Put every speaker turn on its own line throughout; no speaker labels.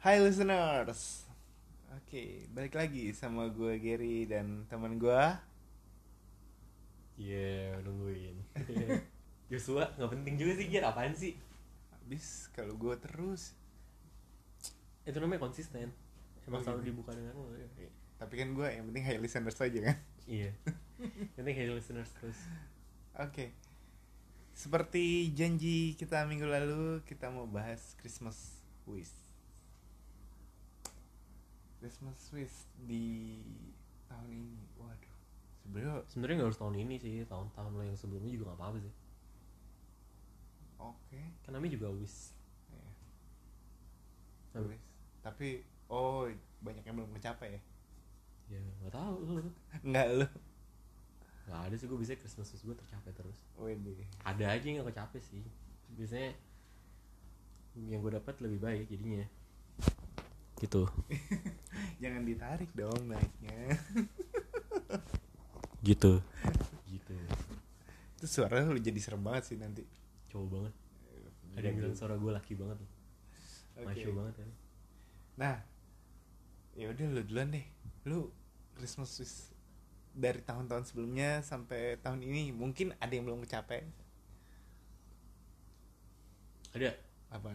Hai listeners. Oke, balik lagi sama gue Gary dan teman gue.
Iya, nungguin. Joshua nggak penting juga sih Gir, apaan sih?
Abis kalau gue terus,
Itu namanya konsisten. Emang
Oh,
selalu
gitu.
dibuka dengan lo. ya?
tapi kan gue yang penting hai listeners aja kan.
Iya. Nanti kayak listeners terus.
Oke. Seperti janji kita minggu lalu, kita mau bahas Christmas wish. Christmas wish di tahun ini. Waduh. Sebenernya
Sebenarnya nggak harus tahun ini sih, tahun-tahun lo yang sebelumnya juga nggak apa-apa sih.
oke.
Kan namanya juga wish.
Ya,
Apa?
wish. Tapi oh, banyak yang belum mencapai ya.
Ya nggak tahu. lo.
Enggak lu.
Nggak ada sih gue bisa Christmas wish gue tercapai terus.
Wede.
Ada aja yang nggak kecapai sih. Biasanya yang gue dapat lebih baik jadinya. Gitu.
Jangan ditarik dong naiknya.
Gitu. gitu.
Itu suara lu jadi serem banget sih nanti.
Cowok banget. Ada yang bilang suara gue laki banget. loh.
Oke.
Macho banget ya.
Nah, ya udah lu duluan deh. Lu Christmas wish dari tahun-tahun sebelumnya sampai tahun ini mungkin ada yang belum kecapai
Ada.
apa?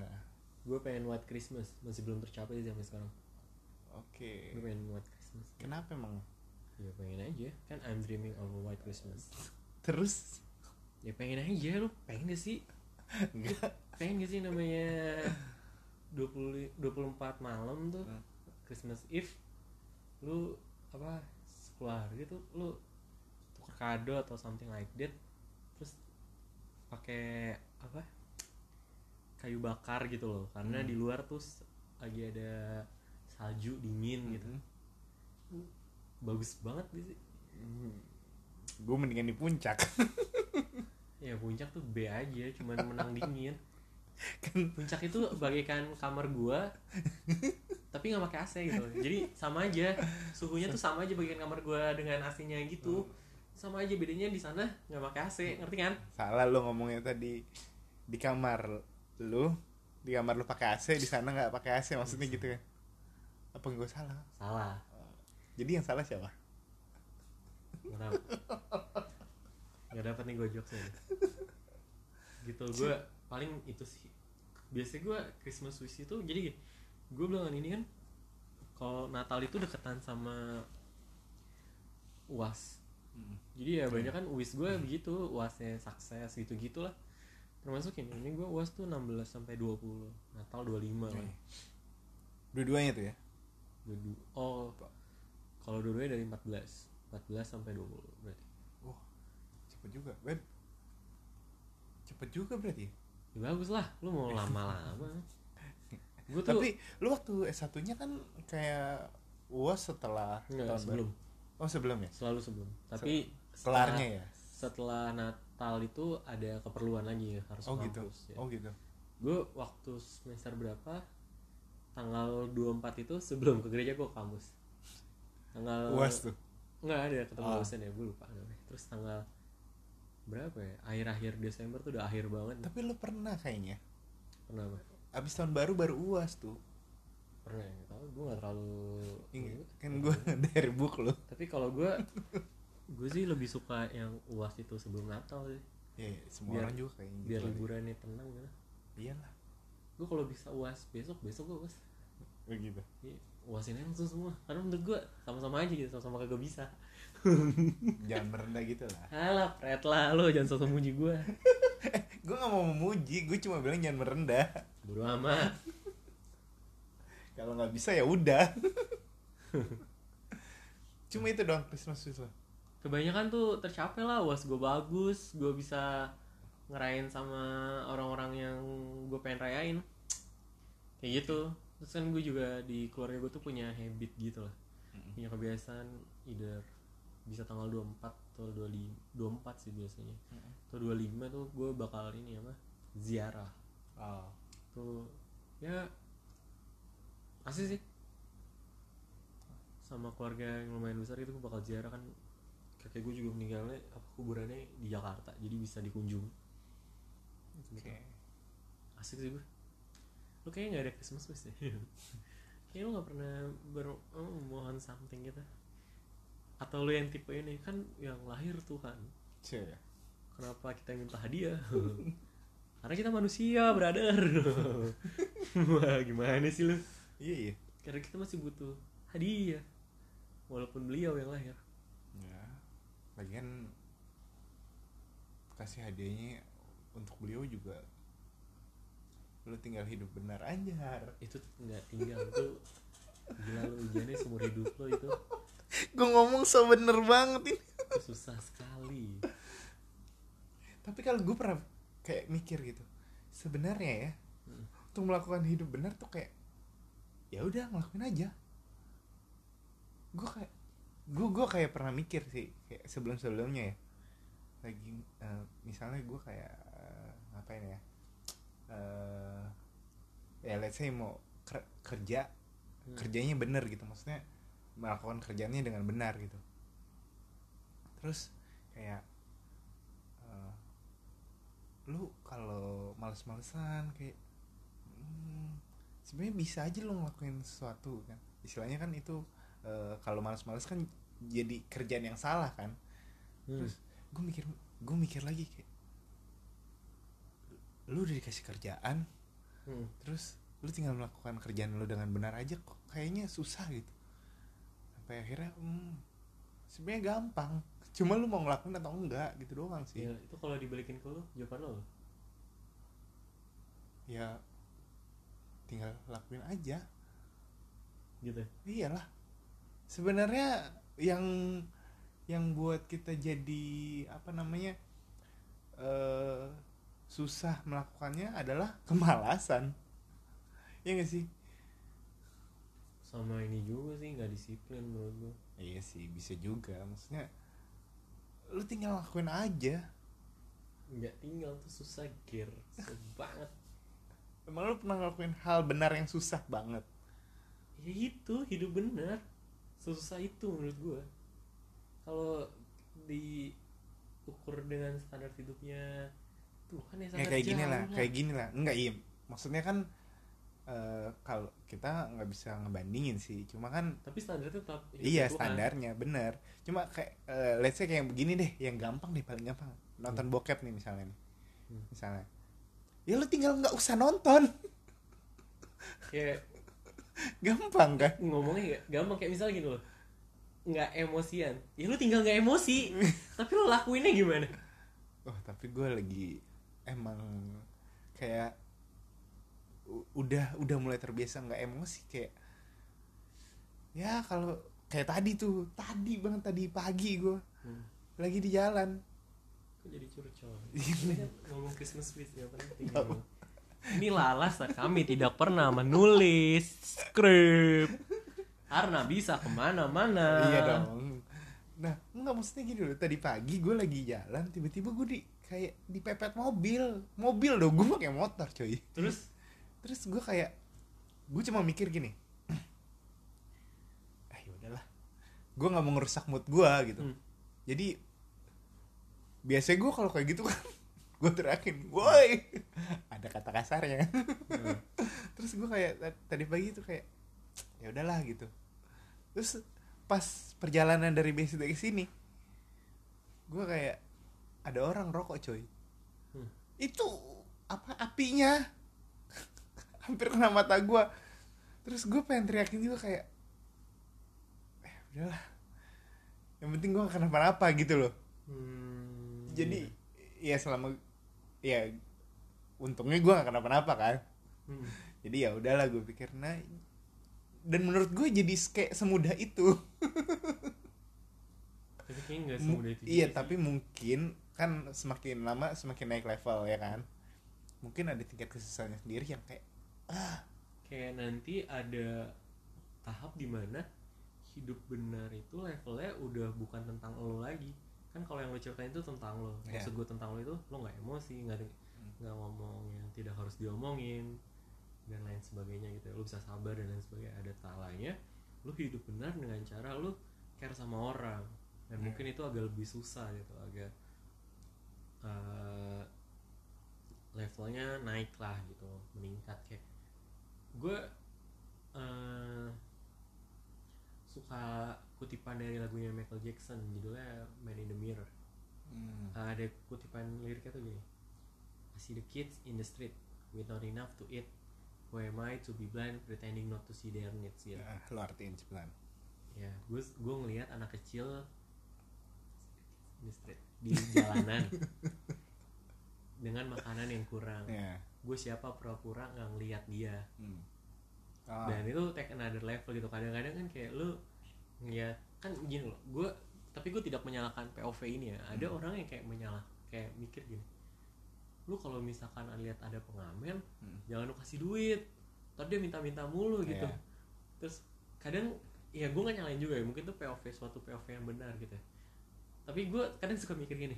Gue pengen White Christmas masih belum tercapai sih sampai sekarang.
Oke.
Gue pengen White Christmas.
Kenapa emang?
Ya pengen aja. Kan I'm dreaming of a White Christmas.
Terus
Ya pengen aja lu. Pengen gak sih?
enggak
Pengen gak sih namanya 20, 24 malam tuh
Hmm.
Christmas Eve lu apa keluarga tuh lu tuker kado atau something like that terus pakai apa kayu bakar gitu loh karena
Hmm.
di luar tuh s- lagi ada salju dingin gitu
Hmm.
bagus banget gitu sih
Gue mendingan di puncak
ya puncak tuh B aja cuman menang dingin
kan
puncak itu bagaikan kamar gua tapi nggak pakai AC gitu jadi sama aja suhunya tuh sama aja bagaikan kamar gua dengan AC-nya gitu sama aja bedanya di sana nggak pakai AC ngerti kan
salah lu ngomongnya tadi di kamar lu di kamar lu pakai AC di sana nggak pakai AC maksudnya gitu kan apa gue salah
salah
jadi yang salah siapa
nggak tahu nggak dapat nih gua jokesnya nih. gitu gua paling itu sih biasanya gua Christmas wish itu jadi gini, gua belakangan ini kan kalau Natal itu deketan sama uas jadi ya banyak kan uis gue begitu uasnya sukses gitu gitulah termasuk ini ini gue uas tuh 16 sampai 20 Natal 25
Iya.
kan
dua-duanya tuh ya
Dua- oh kalau dua dari 14 14 sampai 20 berarti
Wah, Oh, cepet juga, Web. Cepet juga berarti.
ya bagus lah lu mau lama-lama gue tuh
Tapi lu waktu S1-nya kan kayak UAS setelah
Enggak,
tahun
sebelum
baru. Oh, sebelum ya?
selalu sebelum tapi setelah-
Kelarnya ya?
setelah Natal itu ada keperluan lagi harus
Oh
ke
gitu.
kampus, ya.
Oh gitu.
gue waktu semester berapa tanggal 24 itu sebelum ke gereja gue ke kampus tanggal
UAS tuh.
nggak ada ketemu
Ah.
dosen ya gue lupa namanya terus tanggal berapa ya akhir akhir Desember tuh udah akhir banget
Tapi lu pernah kayaknya.
pernah apa?
Abis tahun baru baru UAS tuh.
pernah ya nggak tahu gue nggak terlalu
Ingat
Iya.
kan gua dari book lu.
tapi kalau gue gue sih lebih suka yang uas itu sebelum Natal sih
Ya, ya, semua
Biar-
orang juga kayaknya
biar
gitu.
liburannya tenang gitu
Iyalah.
gue kalau bisa uas besok besok gue uas
Oh, gitu.
Iya, uasin aja langsung semua karena menurut gue sama-sama aja gitu sama-sama kagak bisa
Jangan merendah gitu lah.
Alah, pret lah lo jangan sosok muji gue.
Gua nggak mau memuji, gua cuma bilang jangan merendah.
Bodo amat.
Kalau nggak bisa ya udah. cuma itu doang Christmas wish lu.
Kebanyakan tuh tercapai lah, was gue bagus, gue bisa ngerayain sama orang-orang yang gue pengen rayain. Kayak gitu. Terus kan gue juga di keluarga gue tuh punya habit gitu lah. Punya kebiasaan either bisa tanggal 24 atau 25, 24 sih biasanya.
Mm-mm.
Atau 25 tuh gue bakal ini apa? Ziarah.
Oh.
tuh ya asli sih sama keluarga yang lumayan besar itu gue bakal ziarah kan kakek gue juga meninggalnya apa kuburannya di Jakarta jadi bisa Gitu. dikunjungi
Oke.
asik sih gue lu kayaknya nggak ada Christmas wish ya Kayaknya lu gak pernah ber- oh, mohon something gitu Atau lu yang tipe ini Kan yang lahir Tuhan
Cie.
Kenapa kita yang minta hadiah Karena kita manusia brother Wah gimana sih lu
Iya iya.
Karena kita masih butuh hadiah Walaupun beliau yang lahir
Ya. Lagian kasih hadiahnya untuk beliau juga lu tinggal hidup benar aja
Itu nggak tinggal tuh Gila lu ujiannya seumur hidup lo itu
gue ngomong so bener banget ini
Susah sekali
tapi kalau gue pernah kayak mikir gitu sebenarnya ya
Hmm.
untuk melakukan hidup benar tuh kayak ya udah ngelakuin aja gue kayak gue gue kayak pernah mikir sih kayak sebelum sebelumnya ya lagi eh, misalnya gue kayak eh, ngapain ya Eh, ya let's say mau ker- kerja
Hmm.
kerjanya bener gitu maksudnya melakukan kerjaannya dengan benar gitu terus kayak eh, lu kalau males-malesan kayak hmm, sebenarnya bisa aja lu ngelakuin sesuatu kan istilahnya kan itu eh, kalau males-males kan jadi kerjaan yang salah kan
Hmm.
terus gue mikir gue mikir lagi kayak lu udah dikasih kerjaan
Hmm.
terus lu tinggal melakukan kerjaan lu dengan benar aja kok kayaknya susah gitu sampai akhirnya hmm, sebenarnya gampang cuma lu mau ngelakuin atau enggak gitu doang sih
Ya, itu kalau dibalikin ke lu, jawaban lo. apa?
ya tinggal lakuin aja
Gitu.
iyalah sebenarnya yang yang buat kita jadi apa namanya eh susah melakukannya adalah kemalasan Iya gak sih
Sama ini juga sih nggak disiplin menurut gua.
iya sih bisa juga maksudnya lu tinggal lakuin aja
Nggak tinggal tuh susah gear, susah banget.
emang lu pernah ngelakuin hal benar yang susah banget
Ya itu hidup benar. Susah itu menurut gua. Kalau diukur dengan standar hidupnya Tuhan yang
ya
sangat
kayak gini
jauh
lah kayak gini lah enggak iya maksudnya kan eh, kalau kita nggak bisa ngebandingin sih cuma kan
Tapi standarnya tetap hidup
Iya
Tuhan.
standarnya bener Cuma kayak eh, let's say kayak begini deh Yang gampang deh paling gampang Nonton bokep nih misalnya nih
Hmm.
Misalnya Ya lu tinggal nggak usah nonton
Kayak
Gampang kan
Ya, ngomongnya nggak gampang kayak misalnya gini loh nggak emosian ya lu tinggal nggak emosi tapi lu lakuinnya gimana
Oh tapi gue lagi Emang Kayak u- Udah udah mulai terbiasa nggak emosi Kayak Ya kalau Kayak tadi tuh Tadi banget tadi pagi gue
Hmm.
Lagi di jalan
Kok jadi curcol? Ini
Iya.
kan ngomong Christmas wish ya penting. emang. Ini lalas lah, kami tidak pernah menulis skrip karena bisa kemana-mana.
Iya dong. Nah, nggak maksudnya gini loh. Tadi pagi gue lagi jalan, tiba-tiba gue di kayak dipepet mobil, mobil dong. Gue pakai motor, coy.
Terus
Terus gue kayak, gue cuma mikir gini. ah ya udahlah, gue nggak mau ngerusak mood gue gitu.
Hmm.
Jadi biasanya gue kalau kayak gitu kan, gue terakin, woi, ada kata kasarnya.
Hmm.
Terus gue kayak ta- tadi pagi tuh kayak, ya udahlah gitu. Terus pas perjalanan dari BSD ke sini, gue kayak ada orang rokok coy.
Hmm.
Itu apa apinya? Hampir kena mata gue. Terus gue pengen teriakin juga kayak, eh udahlah. Yang penting gue kenapa-napa gitu loh.
hmm,
Jadi ya selama ya untungnya gue gak kenapa-napa kan.
hmm.
Jadi ya udahlah gue pikir nah dan menurut gue jadi kayak semudah itu.
tapi kayaknya nggak semudah itu.
iya,
juga sih.
tapi mungkin kan semakin lama semakin naik level ya kan. Mungkin ada tingkat kesusahannya sendiri yang kayak
kayak nanti ada tahap dimana hidup benar itu levelnya udah bukan tentang lo lagi kan kalau yang lo ceritain itu tentang lo
Iya. Hmm.
maksud gue tentang lo itu lo nggak emosi nggak nggak ngomong yang tidak harus diomongin dan lain sebagainya gitu lo bisa sabar dan lain sebagainya ada talanya lo hidup benar dengan cara lo care sama orang dan
Iya.
mungkin itu agak lebih susah gitu agak eh, levelnya naik lah gitu meningkat kayak gue eh, suka kutipan dari lagunya Michael Jackson judulnya Man in the Mirror
Hmm.
Ah, ada kutipan liriknya tuh gini I see the kids in the street with not enough to eat who am I to be blind pretending not to see their needs gitu
Ah, lo artiin cepetan.
ya gue gue ngelihat anak kecil di street di jalanan dengan makanan yang kurang
Ya.
gue siapa pura-pura nggak ngelihat dia
Hmm. Ah,
dan itu take another level gitu kadang-kadang kan kayak lu ngeliat kan gini loh gue tapi gue tidak menyalahkan POV ini ya ada orang yang kayak menyalah kayak mikir gini lu kalau misalkan lihat ada pengamen
Hmm.
jangan lu kasih duit ntar dia minta-minta mulu gitu
Iya.
terus kadang ya gue nggak nyalain juga ya mungkin tuh POV suatu POV yang benar gitu ya. tapi gue kadang suka mikir gini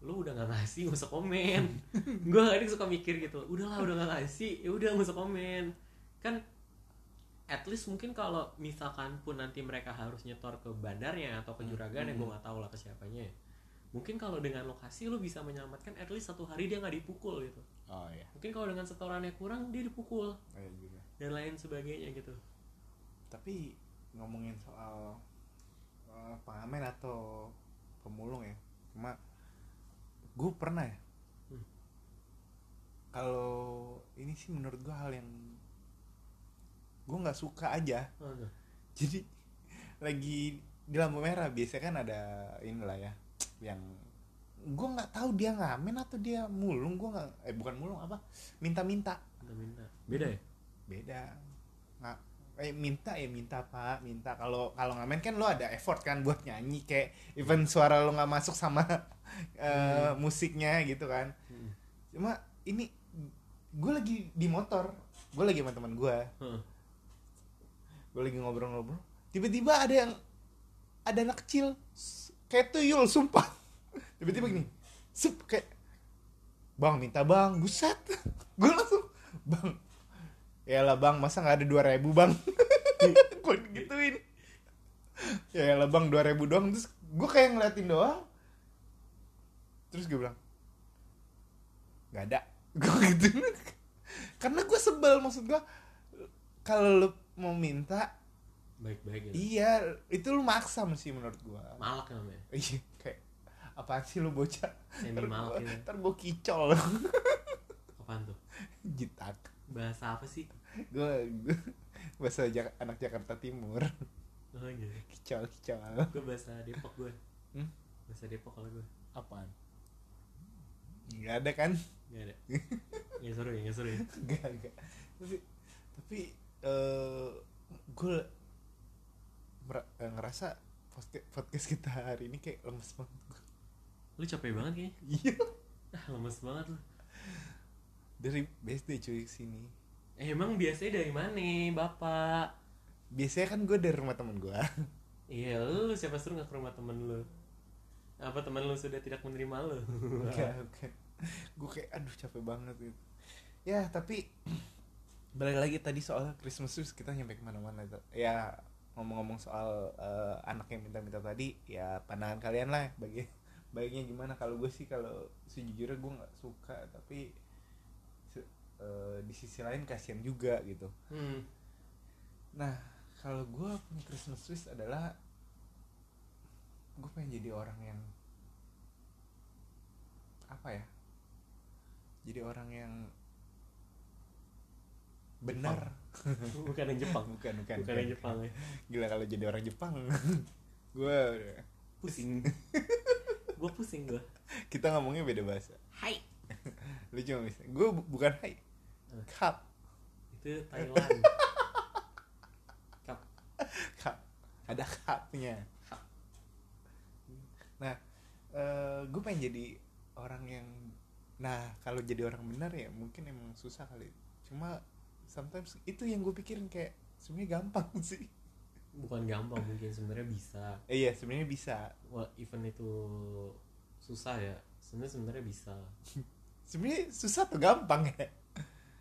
lu udah nggak ngasih nggak usah komen gue kadang suka mikir gitu udahlah udah nggak ngasih ya udah nggak usah komen kan at least mungkin kalau misalkan pun nanti mereka harus nyetor ke bandarnya atau ke juragan yang gue nggak tahu lah ke siapanya ya. mungkin kalau dengan lokasi lu bisa menyelamatkan at least satu hari dia nggak dipukul gitu
Oh iya.
mungkin kalau dengan setorannya kurang dia dipukul
Iya juga.
dan lain sebagainya gitu
Tapi ngomongin soal eh, pengamen atau pemulung ya, cuma gue pernah ya.
Hmm.
Kalau ini sih menurut gue hal yang gue nggak suka aja.
Oh, enggak.
Jadi lagi di lampu merah biasanya kan ada inilah ya yang gue nggak tahu dia ngamen atau dia mulung gue nggak eh bukan mulung apa minta-minta
minta-minta beda ya
beda nggak eh minta ya minta pak minta kalau kalau ngamen kan lo ada effort kan buat nyanyi kayak even suara lo nggak masuk sama eh, musiknya gitu kan
Hmm.
cuma ini gue lagi di motor gue lagi sama teman gue
Heeh.
gue lagi ngobrol-ngobrol tiba-tiba ada yang ada anak kecil s- kayak tuyul sumpah tiba-tiba gini sup kayak bang minta bang buset gue langsung bang ya lah bang masa nggak ada dua ribu bang gue gituin ya lah bang dua ribu doang terus gue kayak ngeliatin doang terus gue bilang nggak ada gue gituin karena gue sebel maksud gue kalau lu mau minta
baik-baik gitu
Iya, itu lu maksa mesti menurut gua.
malak ya, namanya
Iya, kayak apaan sih lu bocah?
Semi
Ntar
malak
gua-
gitu.
ntar gua kicol.
apaan tuh
Jitak.
bahasa apa sih
Gua, gua bahasa Jak- anak Jakarta Timur.
oh, gitu.
Kicol, kicol.
gue bahasa Depok gue
Hmm?
bahasa Depok kalau gue
Apaan? Gak ada kan?
nggak ada nggak seru ya nggak seru ya
Gak, gak. Tapi, tapi eh gua mer- eh, ngerasa posti- podcast kita hari ini kayak lemes banget. gua.
lu capek banget kayaknya
Iya.
ah lemes banget lu
Dari BSD cuy sini.
eh, emang biasanya dari mana bapak
Biasanya kan gue dari rumah temen gue
iya lu siapa suruh nggak ke rumah temen lu apa temen lu sudah tidak menerima lu
Enggak,
Nah.
bukan. Gue kayak aduh capek banget gitu. Ya, tapi balik lagi tadi soal Christmas Eve kita nyampe kemana-mana itu. Ya ngomong-ngomong soal eh, anak yang minta-minta tadi, ya pandangan kalian lah bagi baiknya gimana kalau gue sih kalau sejujurnya gue nggak suka tapi se- eh, di sisi lain kasihan juga gitu
hmm.
nah kalau gue punya Christmas wish adalah gue pengen jadi orang yang apa ya jadi orang yang benar
bukan yang Jepang
bukan bukan
bukan yang Jepang ya
gila kalau jadi orang Jepang gue
pusing gue pusing gue
kita ngomongnya beda bahasa
hai
lu cuma bisa gue bukan hai
Eh.
cup
itu Thailand Kap.
cup ada cupnya
Cup.
nah gue pengen jadi orang yang nah kalau jadi orang benar ya mungkin emang susah kali cuma sometimes itu yang gue pikirin kayak sebenarnya gampang sih
bukan gampang mungkin sebenarnya bisa
eh, iya sebenarnya bisa
Wah, event itu susah ya sebenarnya sebenarnya bisa
sebenarnya susah tuh gampang ya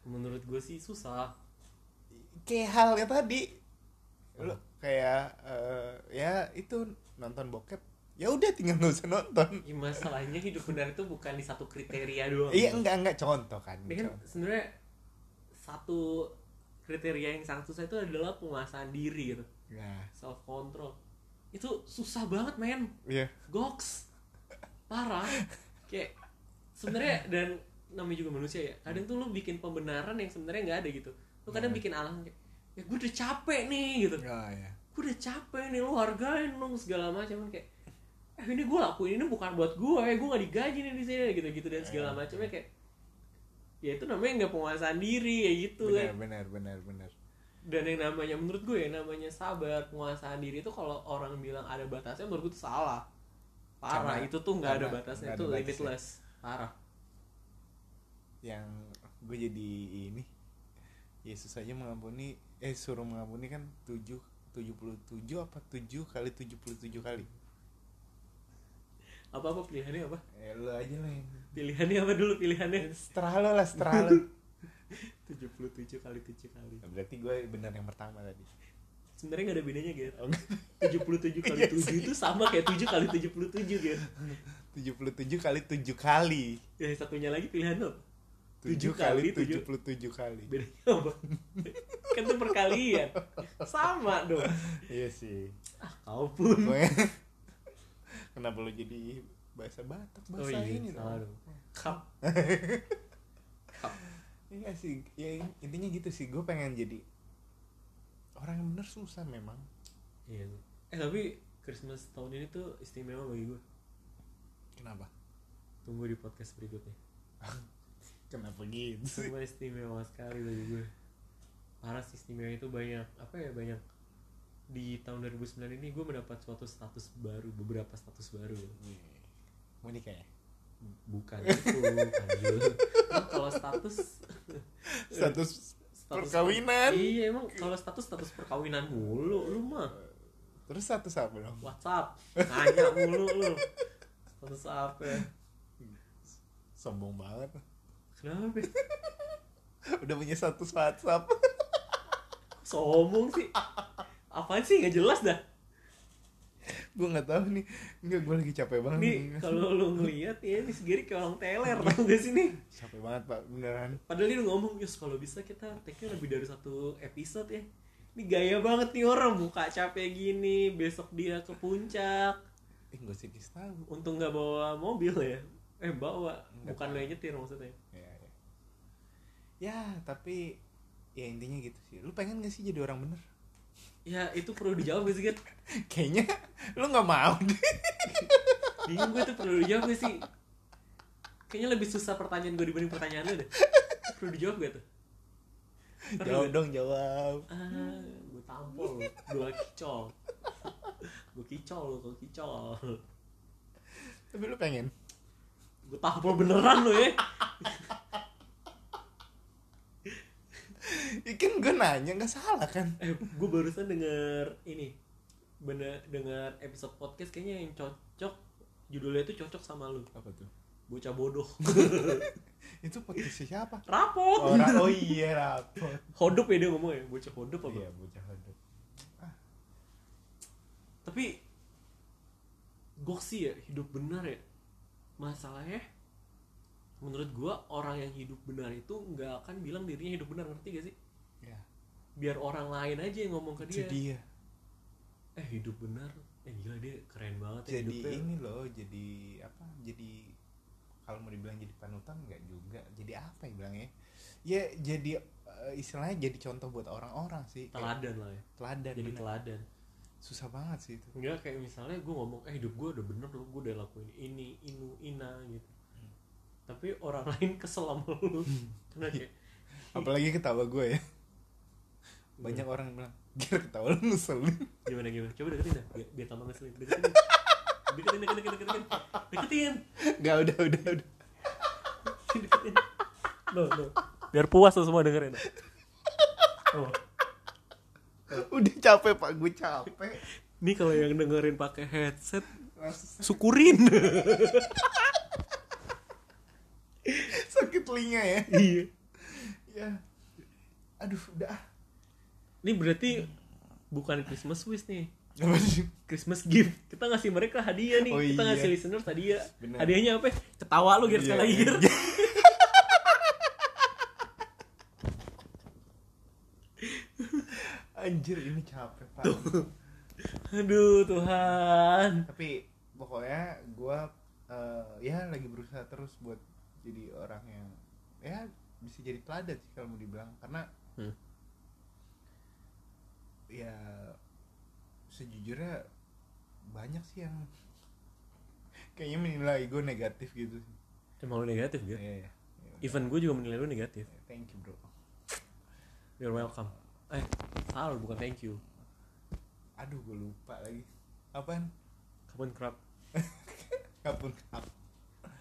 menurut gue sih susah
kayak halnya tadi lu kayak eh, ya itu nonton bokep ya udah tinggal nggak usah nonton
Ya, masalahnya hidup benar itu bukan di satu kriteria doang
Oh, iya enggak enggak contoh kan
Ini kan
contoh.
sebenarnya satu kriteria yang sangat susah itu adalah penguasaan diri gitu
Nah,
self control itu susah banget men
iya.
goks parah kayak sebenarnya dan namanya juga manusia ya kadang tuh lu bikin pembenaran yang sebenarnya nggak ada gitu lu kadang
Hmm.
bikin alasan kayak ya gue udah capek nih gitu
Oh, iya.
gue udah capek nih lu hargain lu segala macam Cuman kayak eh ini gue lakuin ini bukan buat gue ya gue gak digaji nih di sini gitu gitu dan
Iya.
segala macamnya kayak ya itu namanya nggak penguasaan diri ya gitu kan
Benar, benar, benar, benar.
dan yang namanya menurut gue ya namanya sabar penguasaan diri itu kalau orang bilang ada batasnya menurut gue itu salah parah
Karena-
itu tuh nggak ada
karena
batasnya
nggak
itu
ada batasnya.
limitless parah
Yang gue jadi ini Yesus aja mengampuni eh suruh mengampuni kan 7 77 apa 7 kali 77 kali.
apa apa pilihannya apa
Eh lo aja lah yang
pilihannya apa dulu pilihannya
setelah lo lah setelah lo.
77 kali 7 kali
Nah, Berarti gue benar yang pertama tadi.
sebenarnya nggak ada bedanya gitu
Oh, enggak.
77 kali
Iya
7 itu sama kayak 7 kali 77 gitu
77 kali 7 kali.
ya satunya lagi pilihan lo
7
Tujuh
kali
kali
77
tujuh.
kali.
bedanya apa kan itu perkalian sama dong
Iya sih.
ah kau pun
Kenapa lo jadi bahasa Batak
oh
bahasa
iya
ini?
salah
dong?
dong kap kap
Iya nggak sih, ya intinya gitu sih. Gue pengen jadi orang yang bener susah memang.
Iya sih. Eh tapi Christmas tahun ini tuh istimewa bagi gue.
Kenapa?
Tunggu di podcast berikutnya.
Kenapa gitu? sih?
Semua istimewa sekali bagi gue. Parah sih istimewa itu banyak. Apa ya banyak. Di tahun 2009 ini gue mendapat suatu status baru, beberapa status baru.
Iya. Mau nikah ya?
Bukan itu, Panjul. Emang kalau status
Status
status
Perkawinan.
Iya, emang kalau status status perkawinan mulu lu mah.
terus status apa dong?
WhatsApp nanya mulu lu. Status apa?
Sombong banget.
Kenapa?
Udah punya status WhatsApp.
Sombong sih. Apaan sih nggak jelas dah.
gue nggak tahu nih. Enggak gue lagi capek banget.
Nih kalau lu ngelihat ya ini segiri kayak orang teler tau gak sih nih.
capek banget pak beneran.
Padahal dia udah ngomong Yus kalau bisa kita take lebih dari satu episode ya. Ini gaya banget nih orang muka capek gini besok dia ke puncak.
Eh gue sih kasih tahu.
Untung nggak bawa mobil ya. Eh bawa
Nggak.
bukan lo yang nyetir maksudnya.
Ya, ya. ya tapi ya intinya gitu sih. Lu pengen gak sih jadi orang bener?
Ya itu perlu dijawab gak sih Gat?
Kayaknya lu nggak mau deh.
Bingung gue tuh perlu dijawab gak sih? Kayaknya lebih susah pertanyaan gue dibanding pertanyaan lo deh. Perlu dijawab gak tuh? Perlu
jawab
nggak?
dong jawab.
ah gue tampol lu. gue kicol gue kicol lu gue kicol
Tapi lu pengen.
gue tampol beneran lu ya
Ya kan gue nanya nggak salah kan?
eh gue barusan denger ini bener denger episode podcast kayaknya yang cocok judulnya itu cocok sama lu
Apa tuh?
bocah bodoh
Itu podcast siapa?
rapot
Orang oh iya rapot.
hodop ya dia ngomong ya bocah hodop apa
Iya bocah hodok.
tapi gok sih ya hidup benar ya masalahnya menurut gua orang yang hidup benar itu nggak akan bilang dirinya hidup benar ngerti gak sih
Ya.
biar orang lain aja yang ngomong ke
Itu
dia
dia.
eh hidup benar eh gila dia keren banget ya
Jadi
hidupnya
ini loh, jadi apa? Jadi kalau mau dibilang jadi panutan nggak juga. Jadi apa ya bilangnya? Ya jadi eh, istilahnya jadi contoh buat orang-orang sih. Kayak
teladan lah ya
teladan.
jadi
bener.
teladan
Susah banget sih itu.
enggak kayak misalnya gue ngomong eh hidup gue udah bener loh gue udah lakuin ini inu ina gitu
Hmm.
tapi orang lain kesel sama lu karena kayak
Apalagi ketawa gue ya. Banyak orang yang bilang, "Gir ketawa lu ngeselin."
gimana gimana coba deketin dah biar, biar tambah ngeselin deketin deketin deketin deketin deketin deketin
Enggak udah udah udah.
deketin no no biar puas lo semua dengerin oh.
Udah capek Pak, gue capek.
ini kalau yang dengerin pakai headset
Langsung
syukurin
sakit telinga ya.
iya
Ya. Aduh, udah. ah.
ini berarti bukan Christmas wish nih
Apa sih?
Christmas gift kita ngasih mereka hadiah nih
Oh
kita
iya.
ngasih listener hadiah
Bener.
hadiahnya apa ya? ketawa lu gear sekali lagi
Iya,
Gir.
iya. anjir ini capek pak
aduh Tuhan
tapi pokoknya gue ya lagi berusaha terus buat jadi orang yang ya bisa jadi teladan sih kalau mau dibilang karena
Hmm.
ya sejujurnya banyak sih yang kayaknya menilai gue negatif gitu sih
emang lu negatif gitu
Iya, iya. Ya,
even gue juga menilai lu negatif
udah. thank you bro
you're welcome eh salah bukan thank you
aduh gue lupa lagi apaan
kapan kerap
kapun kap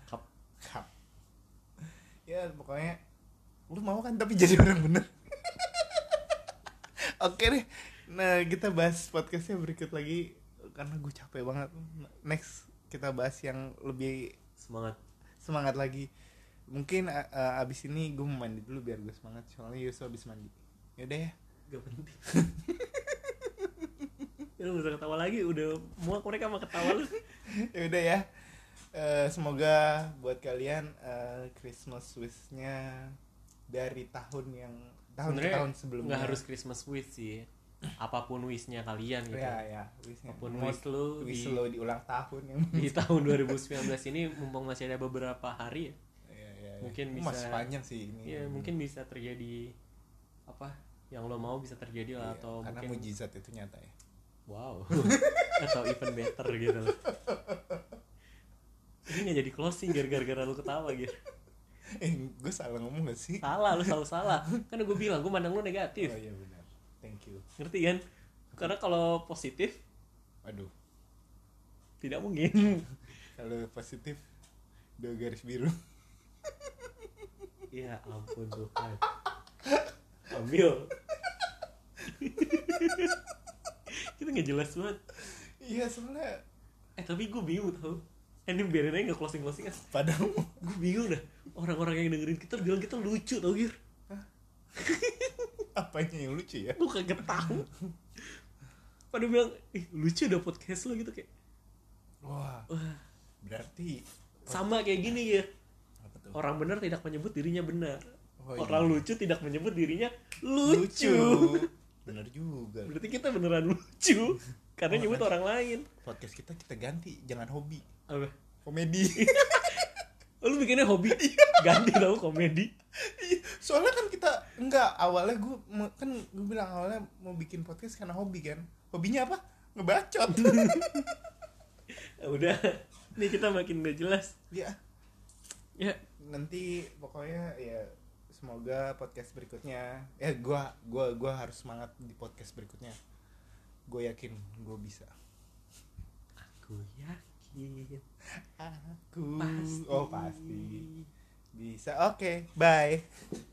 Kap.
kap ya pokoknya lu mau kan tapi jadi orang bener oke deh nah kita bahas podcastnya berikut lagi karena gue capek banget next kita bahas yang lebih
semangat
semangat lagi mungkin a- a- abis ini gue mau mandi dulu biar gue semangat soalnya Yusuf abis mandi yaudah ya
gak penting ya, lu gak usah ketawa lagi udah muak mereka sama ketawa lu
ya udah ya Eh, semoga buat kalian eh, Christmas wish-nya dari tahun yang tahun ke
Sebenarnya
tahun sebelumnya
nggak harus Christmas wish sih apapun wishnya kalian gitu
ya ya wish-nya
apapun
Mau
wish lu
wish
di, Iya,
lo di ulang tahun yang
di tahun 2019 ini mumpung masih ada beberapa hari ya
Ya, ya, ya.
Mungkin bisa-
masih panjang sih ini
ya mungkin bisa terjadi apa yang lo mau bisa terjadi lah
Iya,
atau
karena
mungkin
mujizat itu nyata ya
wow atau even better gitu loh ini nggak jadi closing gara-gara lu ketawa gitu
eh gue salah ngomong gak sih
salah lu selalu salah kan gue bilang gue mandang lu negatif
oh iya benar thank you
ngerti kan karena kalau positif
aduh
tidak mungkin
kalau positif dua garis biru
ya ampun Tuhan ambil kita nggak jelas banget
iya sebenarnya
eh tapi gue bingung tau Eh, ini biarin aja nggak closing closing kan
padahal
gue bingung dah orang-orang yang dengerin kita bilang kita lucu tau gir
apanya yang lucu ya
gue kagak tahu pada bilang ih lucu ada podcast lo gitu kayak
wah
wah
berarti
sama kayak gini ya
apa tuh
orang benar tidak menyebut dirinya benar
Oh, iya.
orang lucu tidak menyebut dirinya
lucu.
lucu.
Bener juga.
Berarti kita beneran lucu karena nyebut orang lain.
Podcast kita kita ganti, jangan hobi.
Apa?
Komedi.
Oh, Lu bikinnya hobi ganti tau komedi.
Soalnya kan kita enggak awalnya gue kan gue bilang awalnya mau bikin podcast karena hobi kan. Hobinya apa? Ngebacot.
Ya udah, nih kita makin gak jelas.
ya,
Ya,
nanti pokoknya ya semoga podcast berikutnya ya gua gua gua harus semangat di podcast berikutnya. Gue yakin gue bisa.
aku yakin
Aku
pasti.
oh pasti bisa. Oke, bye.